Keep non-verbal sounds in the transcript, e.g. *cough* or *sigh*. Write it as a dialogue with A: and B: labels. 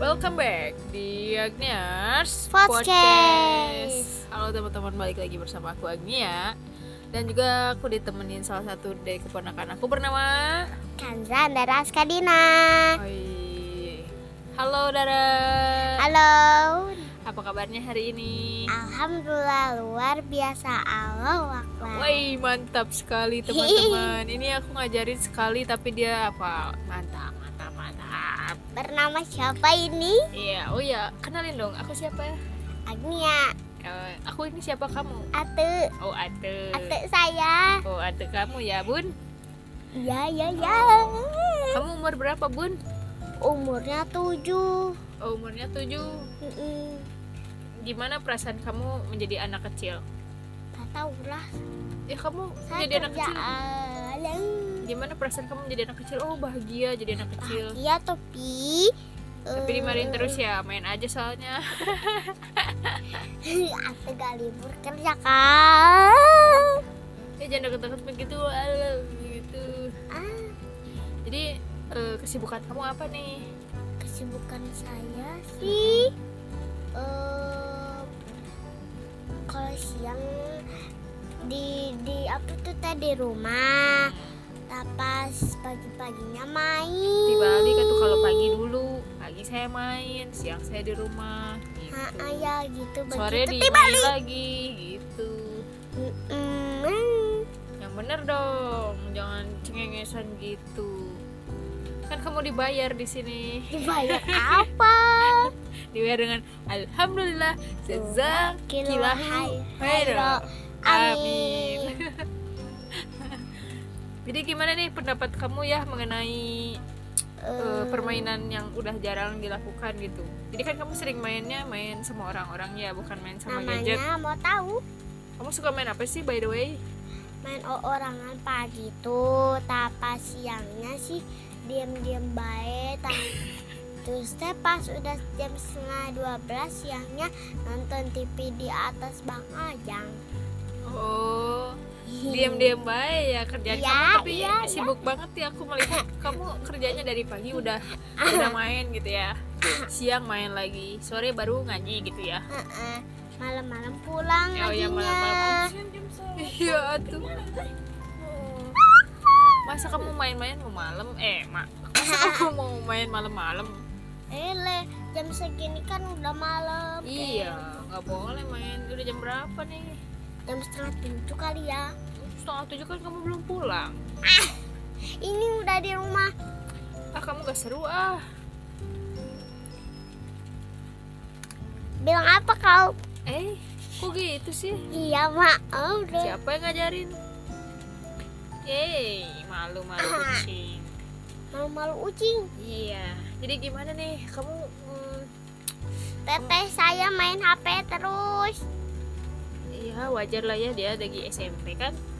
A: Welcome back di Agnias
B: Podcast.
A: Halo teman-teman, balik lagi bersama aku Agnia Dan juga aku ditemenin salah satu dari keponakan aku bernama
B: Kanza Andara Askadina
A: Oi. Halo Dara
B: Halo
A: Apa kabarnya hari ini?
B: Alhamdulillah luar biasa Allah Akbar
A: Woi mantap sekali teman-teman Ini aku ngajarin sekali tapi dia apa? Mantap, mantap, mantap
B: Bernama siapa ini?
A: Iya, oh iya kenalin dong aku siapa?
B: Agnia
A: Eh, aku ini siapa kamu?
B: Ate
A: Oh Ate
B: Ate saya
A: Oh, adik kamu ya, Bun.
B: Ya ya ya
A: Oh. Kamu umur berapa, Bun?
B: Umurnya tujuh
A: Oh, umurnya 7.
B: Mm-mm.
A: Gimana perasaan kamu menjadi anak kecil?
B: Gak tau lah
A: Ya, kamu
B: Saya
A: jadi anak kecil. Iya.
B: kerjaan
A: Gimana perasaan kamu menjadi anak kecil? Oh, bahagia jadi anak kecil.
B: Iya tapi
A: Tapi
B: eh,
A: dimarahin terus ya, main aja soalnya.
B: *laughs*
A: *laughs*
B: Ate gak libur kerja kan
A: Ya jangan deket-deket begitu, alam gitu.
B: ah,
A: Jadi eh, kesibukan kamu apa nih?
B: kesibukan saya sih
A: Mm-hmm.
B: eh kalau siang di di apa tuh tadi rumah Nah, pas pagi-paginya main
A: Di Bali kan tuh kalau pagi dulu, pagi saya main, siang saya di rumah. Gitu.
B: Ha, ah, ya gitu
A: Sore di
B: begitu
A: main lagi gitu.
B: Mm-mm.
A: Yang Ya, bener dong, jangan cengengesan gitu. Kan kamu dibayar di sini.
B: dibayar apa
A: Dibayar dengan alhamdulillah jazakallahu khairan. Amin.
B: amin
A: Jadi gimana nih pendapat kamu ya mengenai eh,
B: Eh,
A: permainan yang udah jarang dilakukan gitu. Jadi kan kamu sering mainnya main sama orang-orang ya, bukan main sama gadget.
B: namanya mau tahu
A: Kamu suka main apa sih by the way?
B: main orangan pagi tuh tapa siangnya sih diam-diam baik ta- terus teh pas udah jam setengah 12 siangnya nonton TV di atas bang Ajang
A: Oh, diam-diam baik ya kerjaan
B: Iya,
A: kamu tapi
B: iya, iya.
A: sibuk banget ya aku melihat kamu kerjanya dari pagi udah
B: Ah.
A: udah main gitu ya siang main lagi sore baru ngaji gitu ya
B: Heeh, malam-malam pulang
A: ya ya
B: ngajinya.
A: malam-malam iya tuh masa kamu main-main mau malam eh mak masa kamu mau main malam-malam
B: eh Le, jam segini kan udah malam
A: iya nggak boleh main udah jam berapa nih
B: jam setengah tujuh kali ya
A: setengah tujuh kan kamu belum pulang
B: ini udah di rumah
A: ah kamu gak seru ah
B: bilang apa kau
A: eh kok gitu sih
B: iya maaf deh
A: Siapa yang ngajarin? Yeay, Eh, *coughs* malu-malu kucing.
B: malu-malu ucing
A: Iya. Jadi gimana nih? Kamu mm,
B: Teteh saya main HP terus.
A: iya, ya wajar lah ya dia lagi SMP kan.